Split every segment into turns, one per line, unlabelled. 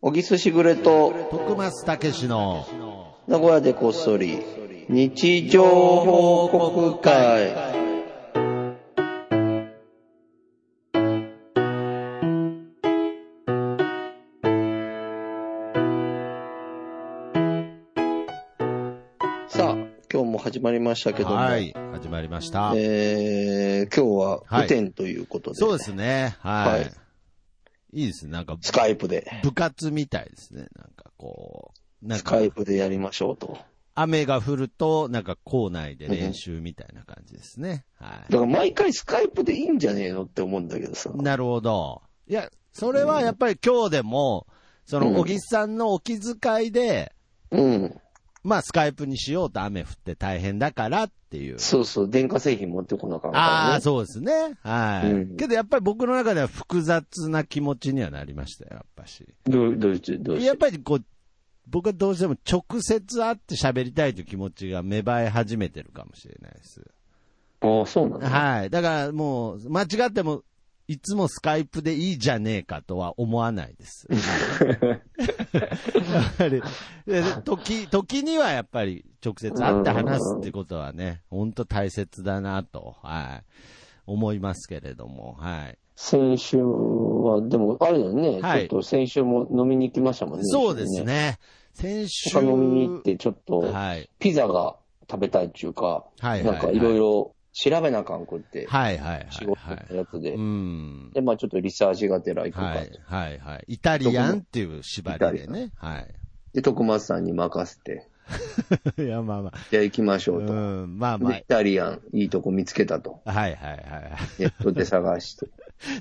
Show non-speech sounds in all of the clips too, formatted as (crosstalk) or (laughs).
小木すしぐれと
徳松たけしの
名古屋でこっそり日常報告会さあ今日も始まりましたけども、
はい始まりました、
えー、今日は雨天ということで、
そうですね
は
はい、
い
い、いですねなんか
スカイプで、
部活みたいですねなんかこうなん
スカ
か
イプでやりましょうと。
雨が降るとなんか校内で練習みたいな感じですね、はい
だから毎回スカイプでいいんじゃねえのって思うんだけどさ。
なるほどいやそれはやっぱり今日でもそ
うん
の小木さんのお気遣いで、
うん。
まあスカイプにしようと雨降って大変だからっていう
そうそう、電化製品持ってこなあかんからね。
ああ、そうですね。はい、
うん
けどやっぱり僕の中では複雑な気持ちにはなりましたよ、やっぱし。
どう、どうして、どうし。
やってぱりこう、僕はどうしても直接会って喋りたいという気持ちが芽生え始めてるかもしれないです。
ああ、そうなんだ。
はい。だからもう、間違っても、いつもスカイプでいいじゃねえかとは思わない
(laughs)
です。やっぱり、で時、時にはやっぱり直接会って話すってことはね、本当大切だなと、はい。思いますけれども、はい。
先週は、でも、あれだよね、
はい
ちょっと先週も飲みに行きましたもんね。
そうです
一緒にね。
ね。先週。
他飲みに行って、ちょっと、
はい。
ピザが食べたいっていうか、
はいはいはい
なんかいろいろ調べなあかんくって、
はいはいはい
仕事
は
の
い。
やつで。
うん。
で、まあちょっとリサーチがてら行くか。
はいはいはい。イタリアンっていう縛りでね。は
で、徳松さんに任せて、
い。い (laughs) や、まあまあ。
じゃあ行きましょ
う
うと。
ん、まあま
でイタリアン、いいとこ見つけたと。
あ。はいはいはい。
ネットで探
(laughs)
して。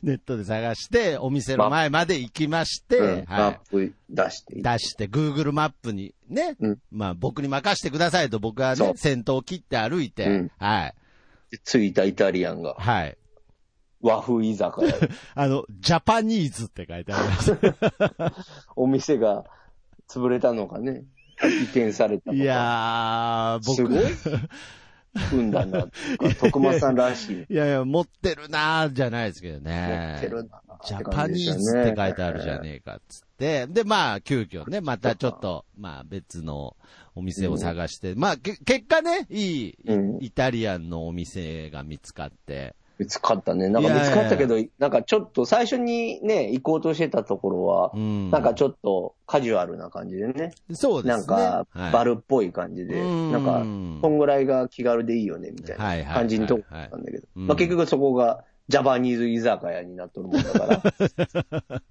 ネットで探して、お店の前まで行きまし
うん
て、
マ
は
ップ出して
い。。出して、Google マップにね
うん、
まあ僕に任せてくださいと僕は
そ
ね
う、
先頭を切って歩いうて
ん、
はい。
着いたイタリアンが、
はい。
和風居酒
(laughs)
屋。
あの、ジャパニーズって書いてあ
(laughs)
ります。
お店が潰れたのかね。移転されたのか。
いやー、僕
すごい踏んだなっていうか。徳間さんらしい。
いやいや、持ってるなーじゃないですけど
持っ
ね。
てるな
ジ
て
ャパ
感
ニ
じで
ー
した
ズ
ね
って書いてあるじゃねえかっつって。で、まあ、急遽ね、またちょっと、まあ、別のお店を探して、まあ、け結果ね、いい、
うん
イタリアンのお店が見つかって、
見つかったね。なんか見つかったけど、なんかちょっと最初にね、行こうとしてたところは、
うん
なんかちょっとカジュアルな感じでね。
そうで
なん
すね。
か、
はい
バルっぽい感じで、
うん
なんか、こんぐらいが気軽でいいよね、みたいな感じのとこだったんだけど、
はいはいはいはいうん
まあ結局そこがジャパニーズ居酒屋になっとるもんだから。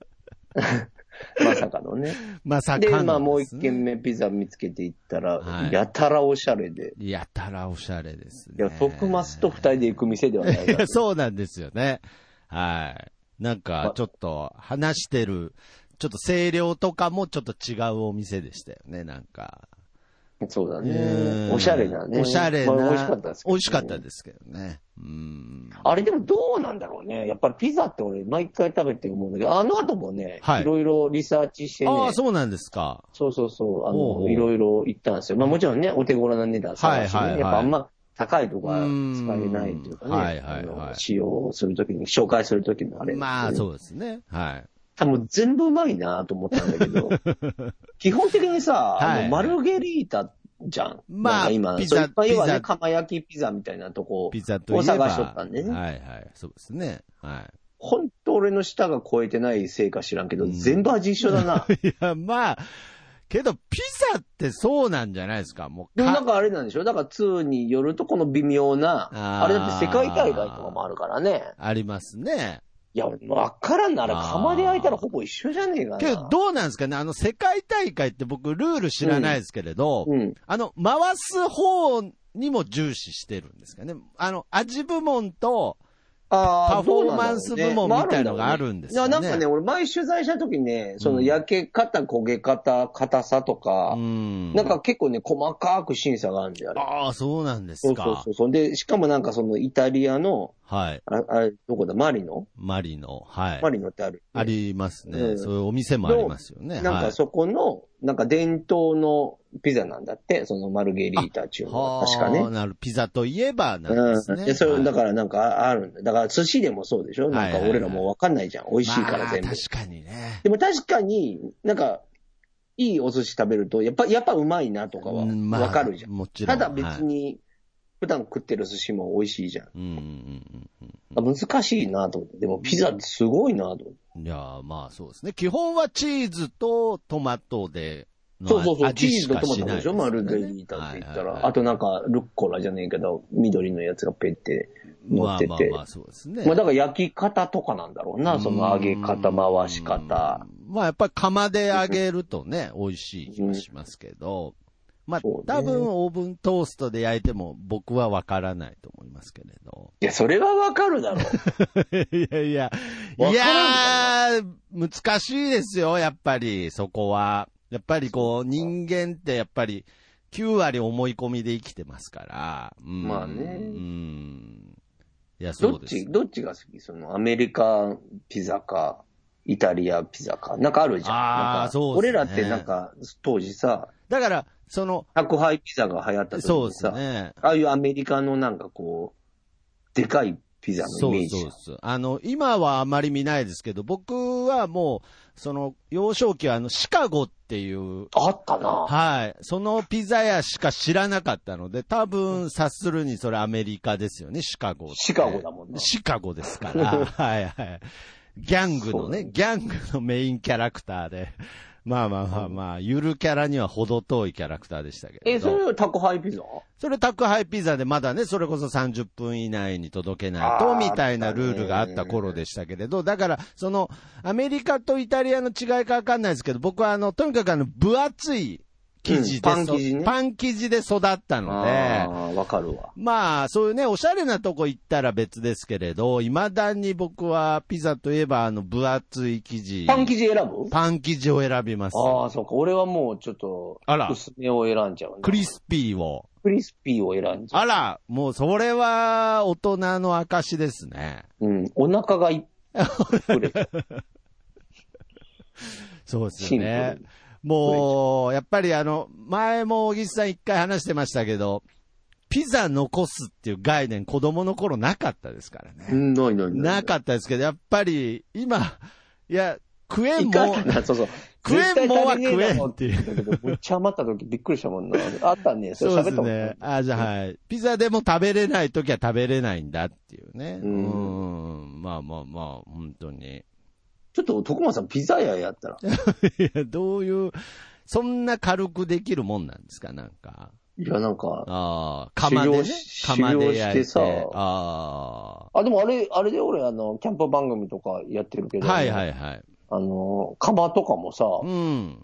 (laughs)
まさかのね。
まさか
で、
のすね
まあもう一軒目ピザ見つけて行ったら、
はい
やたらおしゃれで。
やたらおしゃれですね。
いや、徳マスと二人で行く店ではない
い
から
や、。 (laughs) そうなんですよね。はい。なんか、ちょっと、話してる、ちょっと声量とかもちょっと違うお店でしたよね、なんか。
そうだ
うん
ね。おしゃれなね。
おしゃれな。
まあ美味しかったですけどね
美味しかったですけどね。うん。
あれでもどうなんだろうね。やっぱりピザって俺毎回食べて思うんだけど、あの後もね、
はい
いろいろリサーチしてね。
ああ、そうなんですか。
そうそうそう、あ
おうお
の、
う
いろいろ行ったんですよ。まあもちろんね、お手頃な値段探してね、
はいはいはい
やっぱあんま高いとこは使えないというかね、
うんはいはいはい
あの使用するときに、紹介するときのあれ、
まあ、
う。
そうですね。はい。
多分全部うまいなと思ったんだけ
(laughs)
ど、基本的にさ、
は
あ
い
のマルゲリータじゃん。な
まあ
んか今、
ピザ
そういっぱいは
ピ
ね、
ザ
釜焼きピザみたいなとこ
ピザといえば。
を探しとったんでね。
はいはい。そうですね。は
ほんと俺の舌が超えてないせいか知らんけど、
うん
全部味一緒だ
(laughs)
な。
い。いや、まあ、けど、ピザってそうなんじゃないですか。もう
でも
か、
なんかあれなんでしょだから2によるとこの微妙な、
あー
あれだって世界大会とかもあるからね。
ありますね。
いや、わからんなら釜で焼いたらほぼ一緒じゃねえかな。
けど、どうなんですかねあの、世界大会って僕、ルール知らないですけれど、
うん。
あの、回す方にも重視してるんですかねあの、味部門と、
あ
パフォーマンス部門みたいのがあるんですよね
なんかね、俺前取材した時ね、その焼け方、焦げ方、硬さとか、
うん
なんか結構ね、細かく審査があるんだよ、あれ。
ああ、そうなんです
そう
か。
そうそうそう。で、しかもなんかそのイタリアの、
はい。
ああれ、どこだマリノ
マリノ、はい。
マリノってある。
ありますね、
うん
そういうお店もありますよね。
なん
は
か
い、
そこの、なんか伝統のピザなんだって、そのマルゲリータ中
は
の
あ
確かね。
なるピザといえばなんです
うん。
ね。
で、そ
は
れ、
い
だからなんかあるんだ。だから寿司でもそうでしょなんか俺らもうわかんないじゃん。美味しいから
まあ
全部。
確かにね。
でも確かに、なんか、いいお寿司食べると、やっぱ、やっぱうまいなとかは
うんまあ
わかるじゃん。
もち
た
ろん。
だ別
はい。
に、普段食ってる寿司も美味しいじゃん。
うんうんうんうん
あ難しいなと思って。でもピザってすごいなと思って。
いやーまあそうですね。基本はチーズとトマトでの
そうそうそう、チ
味
ーズ
し
と
か
トマ
し
ト
ない
でしょ、マルゲリータって言ったら。あ
と
となんか、ルッコラじゃねえけど、緑のやつがペって。乗ってて
まあまあまあそうですね。
まあだから焼き方とかなんだろうな、その揚げ方、回し方。
うん。まあやっぱり釜で揚げる
(laughs)
とね、美味しい気がしますけど、まあ
そうね
多分オーブントーストで焼いても僕はわからないと思いますけれど。 (laughs)
いや、それはわかるだろう。
いやいや、い
わからんか
やー、難しいですよ、やっぱり、そこは。やっぱりこう、人間ってやっぱり、9割思い込みで生きてますから。うん
まあね
うん。いや、そ
ど
う
っ
です
ち、。どっちが好きその、アメリカピザか、イタリアピザか。なんかあるじゃん。
あー
なんか
そうっすね
俺らってなんか、当時さ、
だから、その、
宅配ピザが流行った時
そう
に
です
さ、
ね。
ああいうアメリカのなんかこう、でかいピザの
そ
イメー
う
ジ。
そうそう。あの、今はあまり見ないですけど、僕はもう、その、幼少期はあの、シカゴっていう
あったな。
はい。そのピザ屋しか知らなかったので、多分、察するにそれアメリカですよね、シカゴって。
シカゴだもんな
シカゴです
(laughs)
から。はいはい。ギャングのね、ギャングのメインキャラクターで。まあまあまあまあ、ゆるキャラには程遠いキャラクターでしたけれ
え、そ
ど。
れ宅配ピザ
それ宅配ピザでまだね、それこそ30分以内に届けない
あ
と、
ー
みたいなルールがあった頃でしたけれど、だから、その、アメリカとイタリアの違いかわかんないですけど、僕はあの、とにかくあの、分厚い生地で、
うんパン生地ね
パン生地で育ったの
あ
で、
あ、わかるわ。
まあ、そういうね、おしゃれなとこ行ったら別ですけれど、未だに僕はピザといえばあの、分厚い生地。
パン生地選ぶ
パン生地を選びます。
ああ、そうか。俺はもうちょっと
あら、
薄めを選んじゃうな
クリスピーを。
クリスピーを選んじゃう。
あら、もうそれは大人の証ですね。
うん。お腹がいっ
(laughs)
ぱい。
そうです
シン
よ
プ
ね
ル。。
もう、やっぱりあの、前も小木さん一回話してましたけど、ピザ残すっていう概念子供の頃なかったですから
う
ね。
ん、ないないない。
なかったですけど、やっぱり今、いや、食えん
い
も
か
ん、
な、そうそう。
食えんもんは
絶対足りね
食え
だろ
んっていう。
だけど、めっちゃ余った時びっくりしたもんな。あったね。それ
そ
喋
う
っ
で
た
す
もん
ね。あ、じゃあはい。ピザでも食べれないときは食べれないんだっていうね。う。
うん
まあまあまあ、本当に。
ちょっと、徳間さん、ピザ屋やったら。い
いや、どういう、そんな軽くできるもんなんですか、なんか。
や、なんか。
ああ、釜でね
修行し。
釜で
修行し
焼い
て
て。
さ
あ
あ、でもあれ、あれで俺、あの、キャンプ番組とかやってるけ
あ。
ど。
はいはいはい。
あの、釜とかもさ、
うん。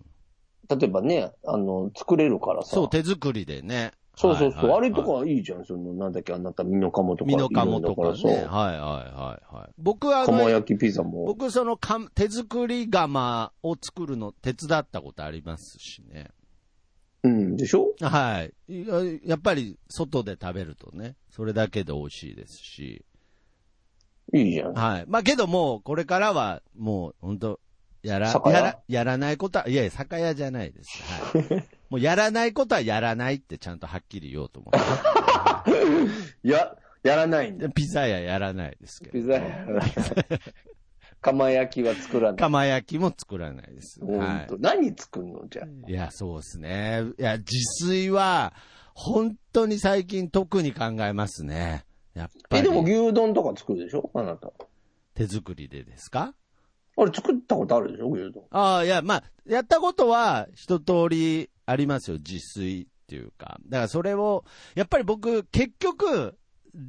例えばね、あの、作れるからさ。
そう、手作りでね。
そうそうそう。
はいは
あ
いはい
れとかいいじゃん。その、なんだっけ、あなた、ミノカモとか。
ミノカモとか
い
ね。は
ろ
い
いろ
はい
だから
はいはい。僕はあ
そう。釜
の、
焼きピザも。
僕そのかん手作り釜を作るの手伝ったことありますしね。
うん、でしょ
はい。いややっぱり外で食べるとね、それだけで美味しいですし。
いいじゃん。
はい。まあけどもう、これからは、もう、本当やら、
酒屋
やら、やらないことは、いやいや、酒屋じゃないです。
(laughs)
はい。もうやらないことはやらないってちゃんとはっきり言おうと思っ
や、やらないんだ
て。。ピザ屋やらないですけ
ピ (laughs)
ど。
ザ屋やらない。釜焼きは作らない。
釜焼きも作らないです。
ほ
は
んと。何作るのじゃあ。
い。いや、そうですね。いや、自炊は、本当に最近特に考えますね。やっぱ
え、でも
り、
牛丼とか作るでしょあなた。
手作りでですか
あれ作ったことあるでしょ牛丼。
ああ、いや、まあ、やったことは一通りありますよ、自炊っていうか。だからそれを、やっぱり僕、結局、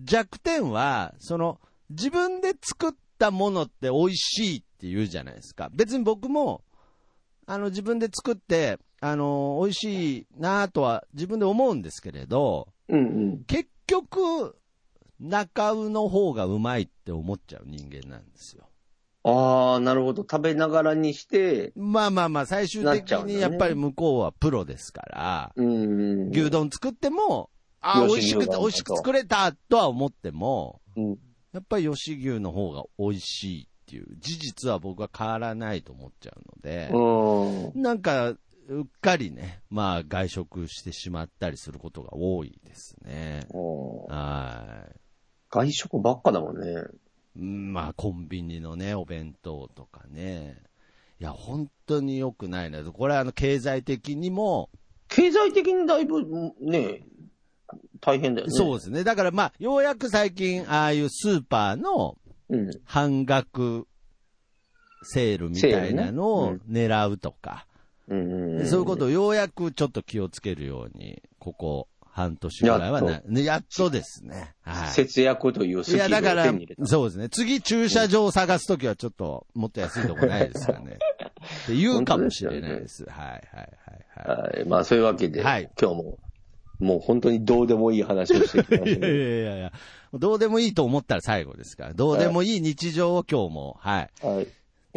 弱点は、その、自分で作ったものって美味しいって言うじゃないですか。別に僕も、あの、自分で作って、あの、美味しいなとは自分で思うんですけれど、
うんうん。
結局、中うの方がうまいって思っちゃう人間なんですよ。
あー、なるほど。食べながらにして、
まあまあまあ、最終
なっ
的
ちゃうんだ
に
ね
やっぱり向こうはプロですから、
うん。
牛丼作っても、ああ、美
よし
味しく
牛丼
て、
だと
美味しく作れたとは思っても、
うん。
やっぱり吉牛の方が美味しいっていう、事実は僕は変わらないと思っちゃうので、
うん。
なんか、うっかりね、まあ外食してしまったりすることが多いですね。
おー
は
外食ばっかだもんね。
い。うんまあコンビニのね、お弁当とかね。いや、本当に良くないなと。これはあの、経済的にも、
経済的にだいぶ、ね、大変だよね。
そうですね。だからまあ、ようやく最近、ああいうスーパーの
う。うん。
半額セールみたいなのを
セールね
狙うとか、
うんん。
そういうことをようやくちょっと気をつけるように、ここ半年ぐらいはな
やっ
ねやっとですね。はい。
節約というスキ
い
ルを
や、だから
手に入れた、。
そうですね。次駐車場を探すときはちょっと、もっと安いとこないですか
(laughs)
ね。って言うかもしれないです。はい、はい、はい、はい。
はい。まあ、そういうわけで、
はい
今日も、もう本当にどうでもいい話をしてきまし
いや
た、ね。
(laughs) いやいやいや、どうでもいいと思ったら最後ですから、どうでもいい日常を今日も、はい、
はい。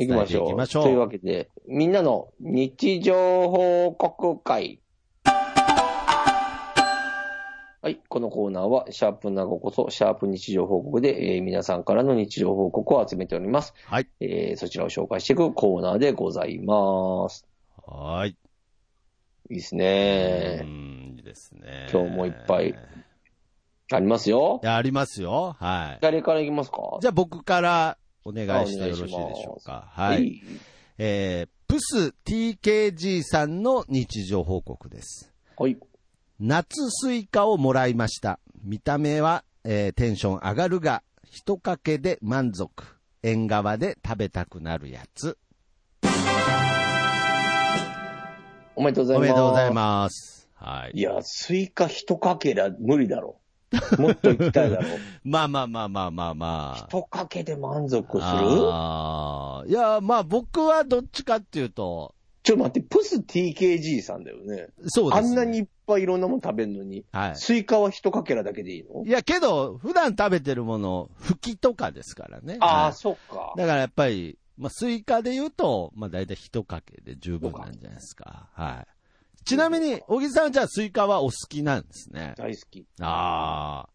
行きましょう。
伝えていきましょう
というわけで、みんなの日常報告会。はい。このコーナーは、シャープなごこそ、シャープ日常報告で、えー皆さんからの日常報告を集めております。
はい。
えーそちらを紹介していくコーナーでございます。
はーい。
いいです
う
ね。
ん、いいですね。
今日もいっぱいありますよ
い。やありますよ。はい。
誰からいきますか
じゃあ僕からお願いして
あ
よ
お願
ろ
いし
しい
ま
ですしょうか。はい。
いい
えー、プス TKG さんの日常報告です。
はい。
夏スイカをもらいました。見た目は、えーテンション上がるが、一かけで満足。縁側で食べたくなるやつ。
おめでとうござい
お
ます。
めでとうございます。はい。
いや、スイカ一かけら無理だ
(laughs)
ろ。もっと行きたいだろ。
まあまあまあまあまあまあ。
一かけで満足する
あーいや、まあ僕はどっちかっていうと、
ちょっと待って、プス TKG さんだよね。
そうで
あ
す、ね。
んなにいっぱいいろんなもの食べるのに、
はい。
スイカは一かけらだけでいいの
いや、けど、普段食べてるもの、吹きとかですからね。
あ
は
あ、
い
そっか。
だからやっぱり、まあ、スイカで言うと、まあ、大体一かけで十分なんじゃないですか。はい。ちなみに、小木さんじゃあスイカはお好きなんですね。
大好き。
ああ。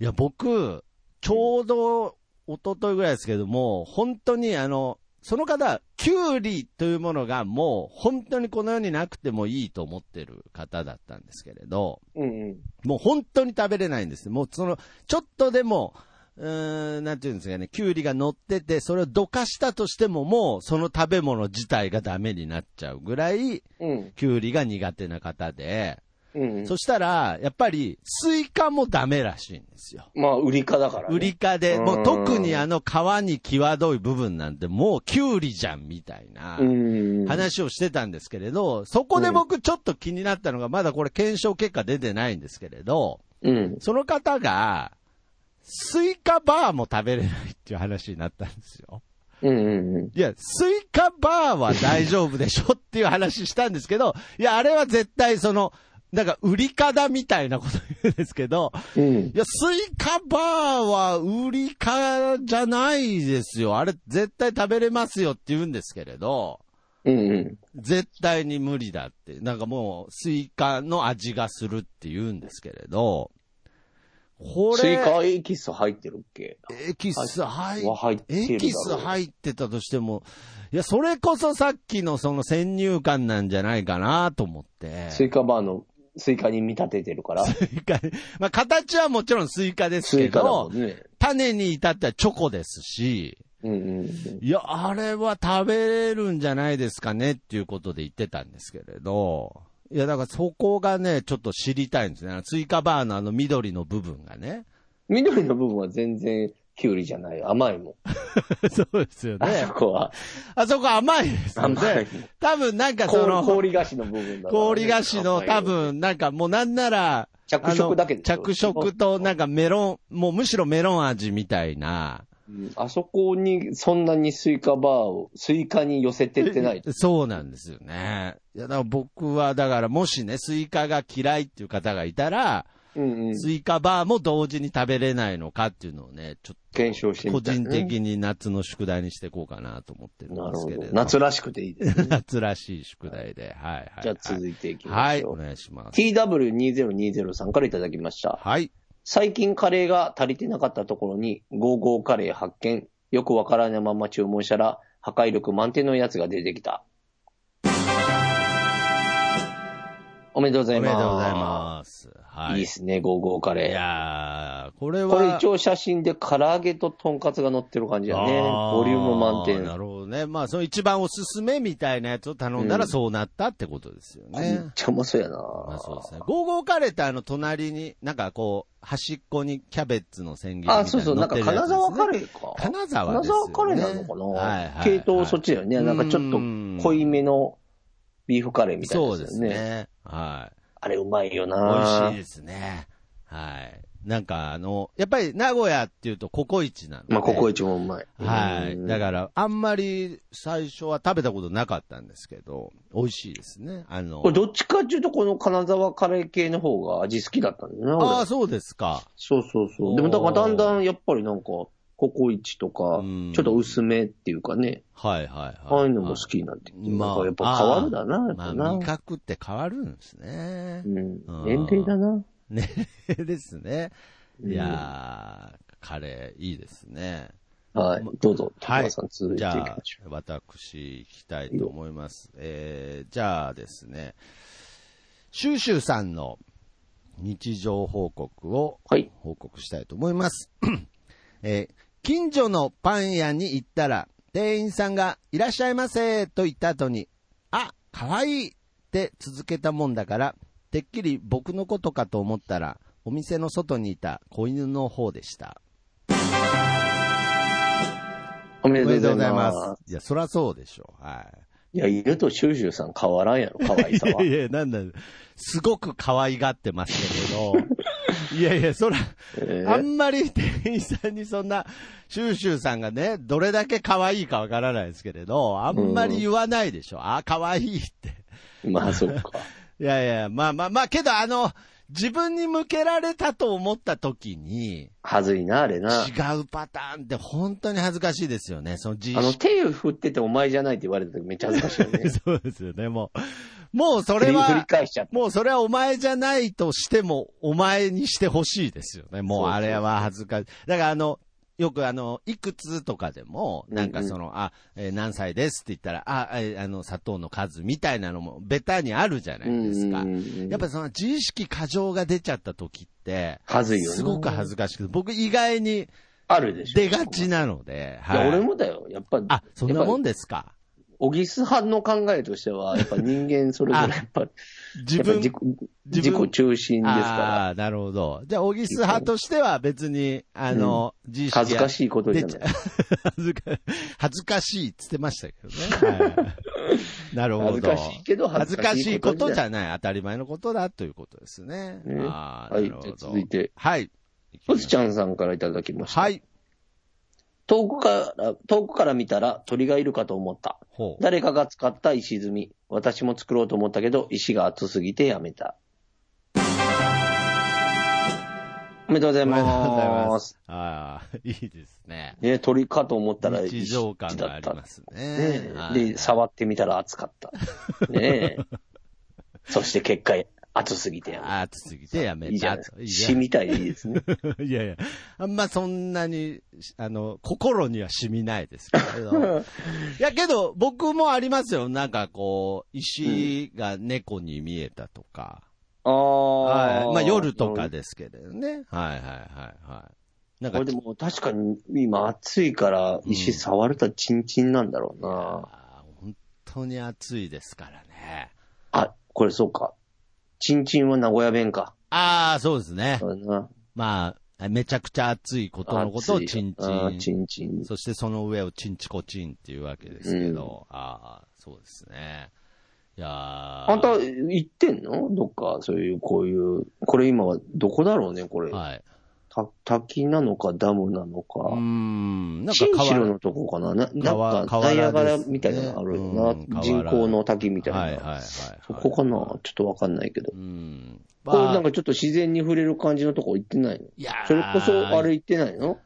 いや、僕、ちょうど、一昨日ぐらいですけども、本当にあの、その方、キュウリというものがもう本当にこの世になくてもいいと思ってる方だったんですけれど、
うんうん。
もう本当に食べれないんです。もうその、ちょっとでも、うーん、なんていうんですかね、キュウリが乗ってて、それをどかしたとしても、もうその食べ物自体がダメになっちゃうぐらい、
うん。
キュウリが苦手な方で、
うんうん。
そしたら、やっぱり、スイカもダメらしいんですよ。
まあ、売りかだから、ね。
売りかで、
うん
もう特にあの皮に際どい部分なんて、もうキュウリじゃんみたいな
うん。
話をしてたんですけれど、そこで僕ちょっと気になったのが、まだこれ検証結果出てないんですけれど、
うん。
その方が、スイカバーも食べれないっていう話になったんですよ。
うんうんうん。
いや、スイカバーは大丈夫でしょっていう話したんですけど、いや、あれは絶対その、なんか売り方みたいなこと言うんですけど、
うん
い。や、スイカバーは売りかじゃないですよ。あれ絶対食べれますよって言うんですけれど、
うんうん。
絶対に無理だって。なんかもう、スイカの味がするって言うんですけれど、これ、
スイカエキス入ってるっけ
エキス入っ
は入ってるだろう
エキス入ってたとしても、いや、それこそさっきのその先入観なんじゃないかなと思って。
スイカバーのスイカに見立ててるから。
スイカ。 (laughs) まあ、形はもちろんスイカです
ス
け
イカだも
ど
ん、ね。
種に至ってはチョコですし、
うんうんうん。
いや、あれは食べれるんじゃないですかねっていうことで言ってたんですけれど、いや、だからそこがね、ちょっと知りたいんですね。あのスイカバーのあの緑の部分がね。 (laughs)
緑の部分は全然キュウリじゃない。甘いもん。
そうですよ
あそ
ね。
こは。
あそこ甘いですよ
甘
ね
い。
多分なんかそ
氷
の、
氷菓子の部分だからね、
氷菓子の多分なんかもうなんなら、
着
あの
色だけでしょ
着色となんかメロン、もうむしろメロン味みたいな。
うんあそこに、そんなにスイカバーを、スイカに寄せてってない。
そうなんですよね。いや、だから僕は、だからもしね、スイカが嫌いっていう方がいたら、
うんうん。
スイカバーも同時に食べれないのかっていうのをね、ちょっ
検証して
と個
みたい、
人的に夏の宿題にしていこうかなと思ってるん
な
で
る
す
ほ
けれ
ど
ど。。
夏らしくていいです。
夏らしい宿題で。はいはい、はい。
じゃあ続いていき
は
ま
い、
しょ
お
う。
願いします。
TW2020 さんからいただきました。
はい。
最近カレーが足りてなかったところに、ゴーゴーカレー発見。よくわからないまま注文したら、破壊力満点のやつが出てきた。おめでとうござ
お
い
め
ま。
ですとうございます。はい
い
い。
ですね、ゴーゴーカレー。
やー、これは。
これ一応写真で唐揚げととんかつが乗ってる感じだね。
あー
ボリューム満点。
なるほどね。まあ、その一番おすすめみたいなやつを頼んだ
う
ら
ん
そうなったってことですよ
め
ね。
っちゃうまそうやな、
まあそうですね。ゴーゴーカレーってあの隣に、なんかこう、端っこにキャベツの千切りみたい
あ、
な
そうそう、なんか金沢カレ
ー。
ーか。
金沢
金
ですよ
沢
ね。
カレーなのかな、
はいはい。
系統そっちだよね。
はい
なんかちょっと濃いめのビーフカレーみたいなや
そう
つ
で
だ
す
よね。
ね。はい。
あれうまいよ
美味
な
しいですね。はい。なんかあの、やっぱり名古屋っていうとココイチなので。
まあ、ココイチもうまい。
は
う
い。
ん
だから、あんまり最初は食べたことなかったんですけど、美味しいですね。あの
こ、れどっちかっていうと、この金沢カレー系の方が味好きだったんだよ
あ
な、
あ、
俺。
そうですか。
そうそうそう。でも、だからだんだんやっぱりなんか、ココイチとか
うん、
ちょっと薄めっていうかね、
はいはいはい。
ああいうのも好きになってきて、
まあ
なんかやっぱ変わるだな、やっ
ま
ぱ
あ、
な。
味覚って変わるんですね
う。ん
うん。
年齢だな。
ね、 (laughs) ですね。
うん
いやー、カレーいいですね。
はい。どうぞ、高
はい
橋さん続いて
じ
いき
ゃ
ま
あ
しょ、
私、行きたいと思います。えー、じゃあですね、シューシューさんの日常報告を
う。はい。
報告したいと思います。 (clears throat) えー近所のパン屋に行ったら、店員さんがいらっしゃいませと言った後に、あ、かわいいって続けたもんだから、てっきり僕のことかと思ったら、お店の外にいた子犬の方でした。
お
お
め
めで
で
と
とう
うご
ご
ざ
ざ
い
い
ま
ます。
す。いや、そらそうでしょう。はい。
いや、犬とシューシューさん変わらんやろ、可愛さはい
(laughs) 。やいや、なんだ、すごく可愛がってますけれ
(laughs)
ど。いやいや、そら、
え
あ
ー
んまり店員さんにそんな、シューシューさんがね、どれだけ可愛いかわからないですけれど、あんまり言わないでしょ。あ、可愛いって。
まあ、そっか。
いやいや、まあまあまあ、けどあの、自分に向けられたと思った時に、
はずいな、あれな。
違うパターンって本当に恥ずかしいですよね。その自意
あの、
識。
手を振っててお前じゃないって言われた時めっちゃ恥ずかしいよね。
(laughs) そうですよね、もう。もうそ
振
れ
り振り
は、
返しちゃった。
もうそれはお前じゃないとしても、お前にしてほしいですよね。もうあれは恥ずかしい。だからあの、よくあの、いくつとかでも、なんかその、あ、えー何歳ですって言ったら、あ、えーあの、砂糖の数みたいなのも、ベタにあるじゃないですか。やっぱ
ぱ、
りその、自意識過剰が出ちゃった時って、
はずいよね。
すごく恥ずかしくて、僕意外に
あるでしょ。
出がちなので、
いや、俺
い。
もだよ。やっぱ、
あ、そんなもんですか。
おぎす派の考えとして
(laughs)
は、やっぱ人間それぞれやっぱり、
自
やっぱ
分、
自己
自
自
分
己中心ですか
ああー、なるほど。じゃあ、オギス派としては別に、あの、自意
ら、
識が
恥ずかしいことじゃない。
恥ずか恥ずかしいって言ってましたけど
(laughs)
ね。はいなるほど。
恥ずかしいけど
恥
恥ず
ずか
か
し
し
い
い
こ
ことと
じ
じ
ゃない。当たり前のことだということですね。
ね
あー
はい、じ
なる
ゃ
ほ
あ
ど。
続いて、
はい。
とつちゃんさんからいただきました。
はい。
遠くから、遠くから見たら鳥がいるかと思った。
ほう。
誰かが使った石積み。私も作ろうと思ったけど、石が熱すぎてやめた。おめでとうござい
おめでとうござい
ま。
ますああ、いいですね。
ね、鳥かと思ったら
日
石
常感が
だ
あ
っ
り
た。
ますね
ね。
はい
で、触ってみたら熱かった。
(laughs)
ねえそして結果、熱すぎてやめた。
熱すぎてやめ
いいじゃ
た
ないですか
と。いいじゃ
死
ん
みたいでいいですね。
(laughs) いやいや、あんまそんなに、しあの、心には染みないですけ
(laughs)
ど。いや、けど、僕もありますよ。なんかこう、石が猫に見えたとか。
ああ。
はい。まあ夜とかですけどね。はいはいはいはい。なん
これ
か
で、も確かに今暑いから石触れたらチンチンなんだろうな。
あー本当に暑いですからね。
あ、これそうか。チンチンは名古屋弁か。
ああ、そうですね。
そうだな。
まあ、めちゃくちゃ暑いことのことを
暑い
チンチ
あー
ン。
チンチン。
そしてその上をチンチコチンっていうわけですけど、ああ、そうですね。いやー
あんた行ってんのどっか、そういう、こういう、これ今はどこだろうね、これ。
はい。
た滝なのかダムなの
うー
か。
ん、なんか
新
河
城
原
のとこかなな
川
なんか、
河
ダイ
原
ヤ
です
柄みたいなのあるよな。
うん河原
人工の滝みたいな。
はいはいはいはい。
そこかなちょっとわかんないけど。
うん。
これ
ま
な
あ
んかちょっと自然に触れる感じのとこ行ってないの
いやー
それこそあれ行ってないの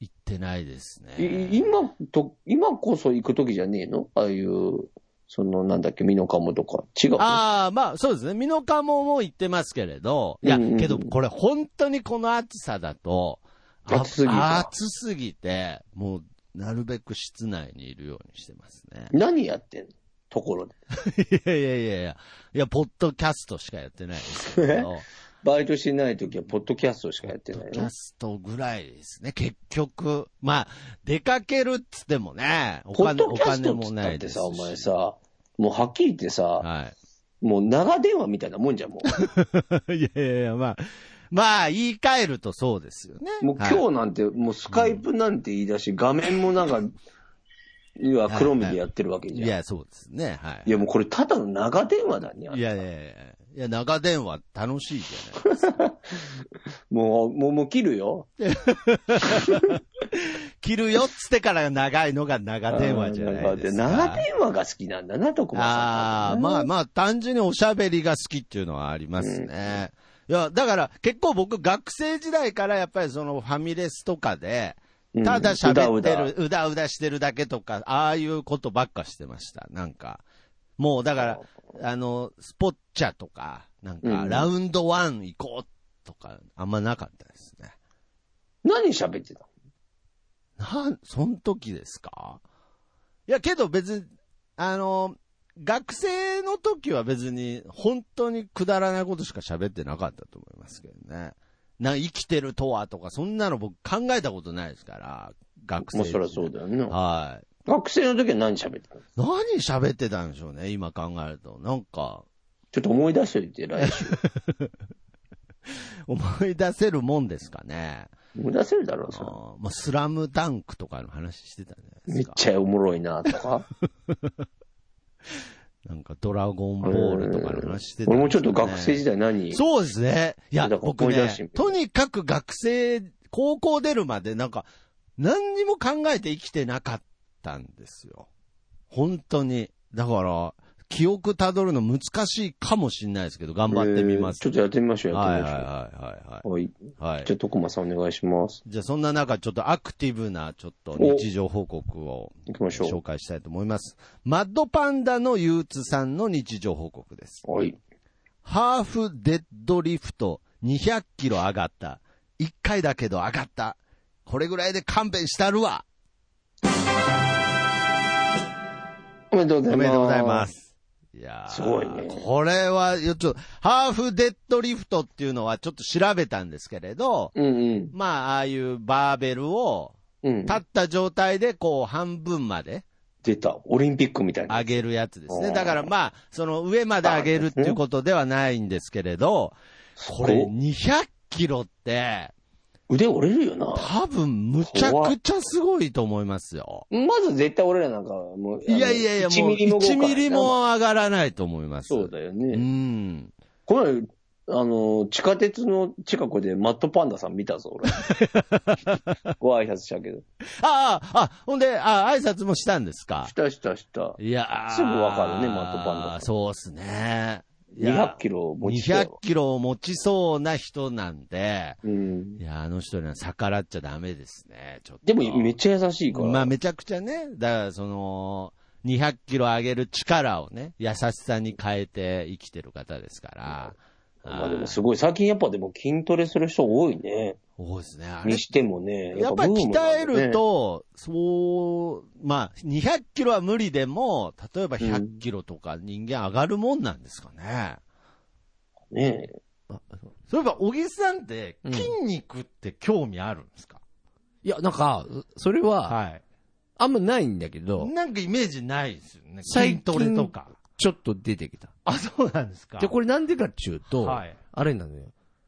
行ってないですね。
い今と、今こそ行くときじゃねえのああいうその、なんだっけ、ミノカモとか。違う。
ああ、まあそうですね。ミノカモも言ってますけれど。いや、
うんうんうん
けどこれ本当にこの暑さだと、あ
暑すぎた。
暑すぎて、もう、なるべく室内にいるようにしてますね
何やってんのところで。
(laughs) いやいやいやいや、いや、ポッドキャストしかやってないですけど、
バイトしてない時は、ポッドキャストしかやってない
キャ
の。
ストぐらいですね、結局。まあ、出かけるっつってもね、お
ポッ
金、
ド
お
キャス
金
トっつ
も
った
な
っ
い
て
です
さ、
し。
お前さ、もうはっきり言ってさ、
はい。
もう長電話みたいなもんじゃん、も
(laughs)
う。
いやいやいや、まあ、まあ、言い換えるとそうですよね。
もう今日なんて、もうスカイプなんて言い出し、画面もなんか、いや、黒目でやってるわけ
い
じゃん。
や、そうですね。はい。
いや、もうこれただの長電話だね。
いやいやいやいや、長電話楽しいじゃない。
もう、もう、もう切るよ。
切るよっつってから長いのが長電話じゃないですか。
長電話長電話が好きなんだな、徳間さんは。
ああ、まあまあ、単純におしゃべりが好きっていうのはありますね。いや、だから結構僕学生時代からやっぱりそのファミレスとかで、
うん
ただ喋って
うだ
る、
うだ
うだうだしてるだけとか、ああいうことばっかしてました。なんか、もうだから、あの、スポッチャとか、なん
う
か、
ん
ラウンドワン行こうとか、あんまなかったですね。
何喋ってたの
なん、そん時ですかいや、けど別に、あの、学生の時は別に、本当にくだらないことしか喋ってなかったと思いますけどね。な、生きてるとはとか、そんなの僕考えたことないですから、学生
もうそりゃそうだよね。
はい。
学生の時は何喋ってたの
何喋ってたんでしょうね、今考えると。なんか、
ちょっと思い出しといて、来週。
思い出せるもんですかね。
思い出せるだろう、それ
あーまあ、スラムダンクとかの話してたんじゃない
め
で
っ
すか。
ちゃおもろいな、とか。
なんかドラゴンボールとかの話してた、
俺もちょっと学生時
代。
代何
そうですね。いや、
だから
僕
思い出して
ね
み、た
とにかく学生、高校出るまでなんか、何にも考えて生きてなかったんですよ。本当に。だから、記憶たどるの難しいかもしれないですけど、頑張ってみま
え
す。
ーちょっとやってみましょう、やって
はい
み
は
ま
い
しょ
はいは
う。はい。
いはい。はい
じゃあ、徳間さんお願いします。
じゃあそんな中、ちょっとアクティブな、ちょっと日常報告を
行きまし
紹
ょ
介したいと思います。マッドパンダの憂鬱さんの日常報告です。
う。はい。
ハーフデッドリフト200キロ上がった。1回だけど上がった。これぐらいで勘弁したるわ。
おめでとうご
お
ざいます。
めでとうございま。す。いやー
すごいね
これは、ちょっと、ハーフデッドリフトっていうのはちょっと調べたんですけれど、
うんうん。
まあ、ああいうバーベルを
うん。
立った状態でこう半分まで
出た。オリンピックみたいな。
上げるやつです
う
ね。
ん
だからまあ、その上まで上げるっていうことではないんですけれど、これ200キロって、
腕折れるよな。
多分むちゃくちゃすごいと思いますよ。
まず絶対俺らなんか、もう、
いやいやいや、
あの
もう1ミリ。
動かない
も上がらないと思います。
そうだよね。
うん。
この前、あの、地下鉄の近くでマットパンダさん見た
(laughs)
ぞ、俺。ご挨拶したけど。
ああ、あ、ほんで、あ挨拶もしたんですか
したしたした。
いやー
すぐわかるねマットパンダさん
そうっすね。いや
200キロ持ち
200
よ。
キロを持ちそうな人なんで、
うん
い。や、あの人には逆らっちゃダメですね、ちょっと。
でも、めっちゃ優しいから。
まあ、めちゃくちゃね、だから、その、200キロ上げる力をね、優しさに変えて生きてる方ですから。
まあでもす
ご
ご
い。
い。最近やっぱでも筋トレする人多いね。
多いですね。あれ
にしてもね。
やっぱり鍛える、と、そう、まあ、200キロは無理でも、例えば100キロとか人間上がるもんなんですかね。
ブームなんだねね
そういえば、小木さんって筋肉って興味あるんですか、
いや、なんか、それは、
はい。
あんまないんだけど、
なんかイメージないですよね。
最
筋
近
トレとか。
ちょっと出てきた。
あ、そうなんですか。
で、これなんでかっていうと、
はい
あれなのよ。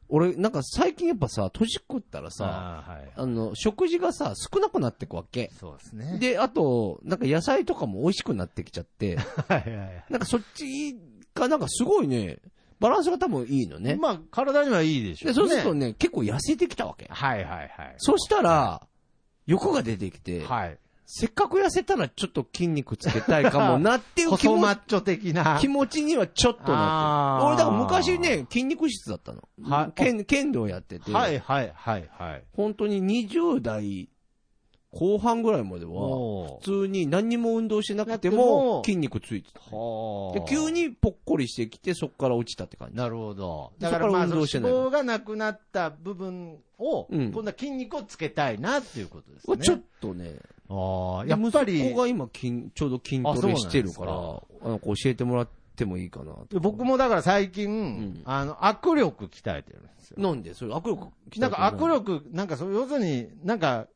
俺、なんか最近やっぱさ、年食ったらさ、
あーはい。
あの、食事がさ、少なくなってくわけ。
そうですね。
で、あと、なんか野菜とかも美味しくなってきちゃ
(laughs)
って、
はいはい
なんかそっちがなんかすごいね、バランスが多分いいのね。
まあ、体にはいいでしょう
で、
ね。
そうするとね、結構痩せてきたわけ。
はいはいはい。
そしたら、欲が出てきて、
はい。
せっかく痩せたらちょっと筋肉つけたいかもなっていう気
細マ
持ち
ッチョ的な
気。持ちにはちょっとな
あ
っ
ー
てる。俺、だから昔ね、筋肉質だったの。
はい
剣剣道やってて、
はいはいはいはい。
本当に20代
後半ぐらいまでは、
お
普通に何にも運動しなくて
な
も
くても
筋肉ついてた。
は
で急にぽっこりしてきて、そこから落ちたって感じ。
なるほど。
で
だからまあ、
そこから運
そ
動
の脂
してないから
肪がなくなった部分を、
うん
今度は筋肉をつけたいなっていうことです
まあ
ね。
ちょっとね、
ああ、やっぱ
息
り
子、が今筋、ちょうど筋トレしてるから、
あそう
あの教えてもらってもいいかなと。
僕もだから最近、
ん
あの、握力鍛えてるんですよ。
なんで、それ握力鍛えて
なんか握
力、
力、なんかそう、要するに、なんか、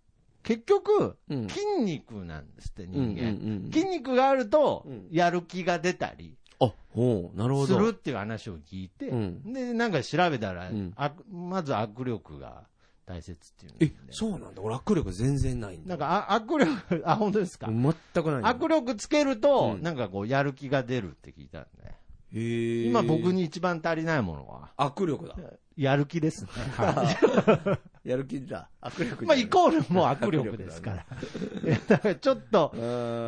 結局、
うん
筋肉なんですって、人間。
うんうんうん
筋肉があると
うん、
やる気が出たり
あ、ほう、なるほ
す
ど。
るっていう話を聞いて、
うん
で、なんか調べたら、
うん
あまず握力が大切っていうので
え、そうなんだ。俺握力全然ないんだ。
なんかあ握力、あ、本当ですか、
全くないんだ。
握力つけると、
うん
なんかこう、やる気が出るって聞いたんで、
へー
今僕。に一番足りないものは、
握力だ。
やる気ですね。
やる気だ。握力
まあ、イコールもう握力ですから。い (laughs) やだからちょっと、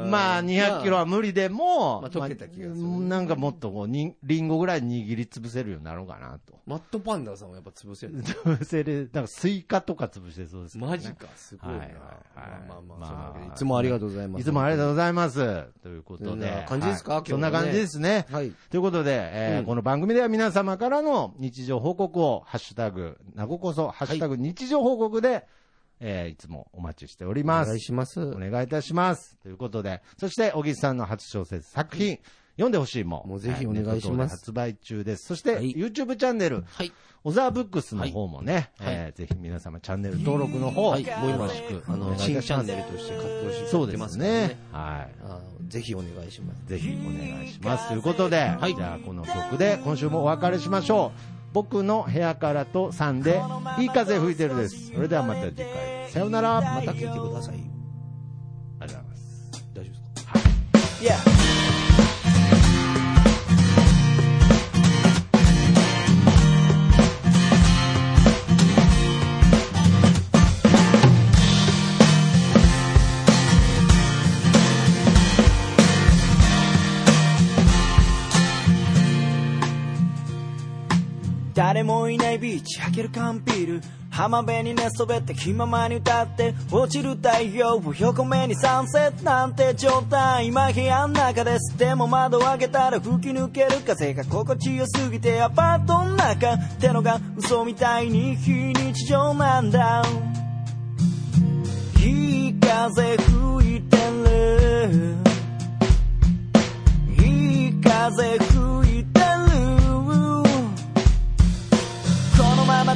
まあ、200キロは無理でも、
まあ溶けた気がする
まあなんかもっとこうに、リンゴぐらい握りつぶせるようになろうかなと。 (laughs)
マットパンダさんはやっぱ潰せる。
潰せる、なんかスイカとか潰してそうですけどね、
マジか、すごいな。
はいはいはい
まあまあまあ
まあ
そんなわけで、いつもありがとうございます。
いつもありが
と
とうございます。ということ
そんな
で。
感じですか
はい
今
そ
日
ん
もね
な感じですね。
はい。
ということで、えー
うん
この番組では皆様からの日常報告を、ハッシュタグ、なごこそ、ハッシュタグ日常報告で、えーいつもお待ちしており
お
ま
願
す
い。します。
お願いいたします。ということで、そして、小木さんの初小説作品、読んでほしいもん。
もうぜひ
は
お願いします
ネット等で発売中です。そして、
はい
YouTube チャンネル、
はい。
小沢ブックスの方もね、えーぜひ皆様チャンネル登録の方、
はい。もう今しく、あの、新チャンネルとして活動して
そう
やっ
で
てますすから
ね
ね。。
はい。
あのぜひお願いします。
ぜひお願いします。ということで、じゃあこの曲で今週もお別れしましょう。僕の部屋からと3で、いい風吹いてるです。それではまた次回。さようなら。ま
ま
た
た
あり
聞いてください。
がとうございます。
大丈夫ですか
Yeah.「誰もいないビーチ開ける缶ビール」「浜辺に寝そべって気ままに歌って」「落ちる太陽を横目にサンセットなんて状態」「今部屋の中です」「でも窓を開けたら吹き抜ける風が心地よすぎて」「アパートの中ってのが嘘みたいに非日常なんだ」「いい風吹いてる」「いい風吹いてる」このまま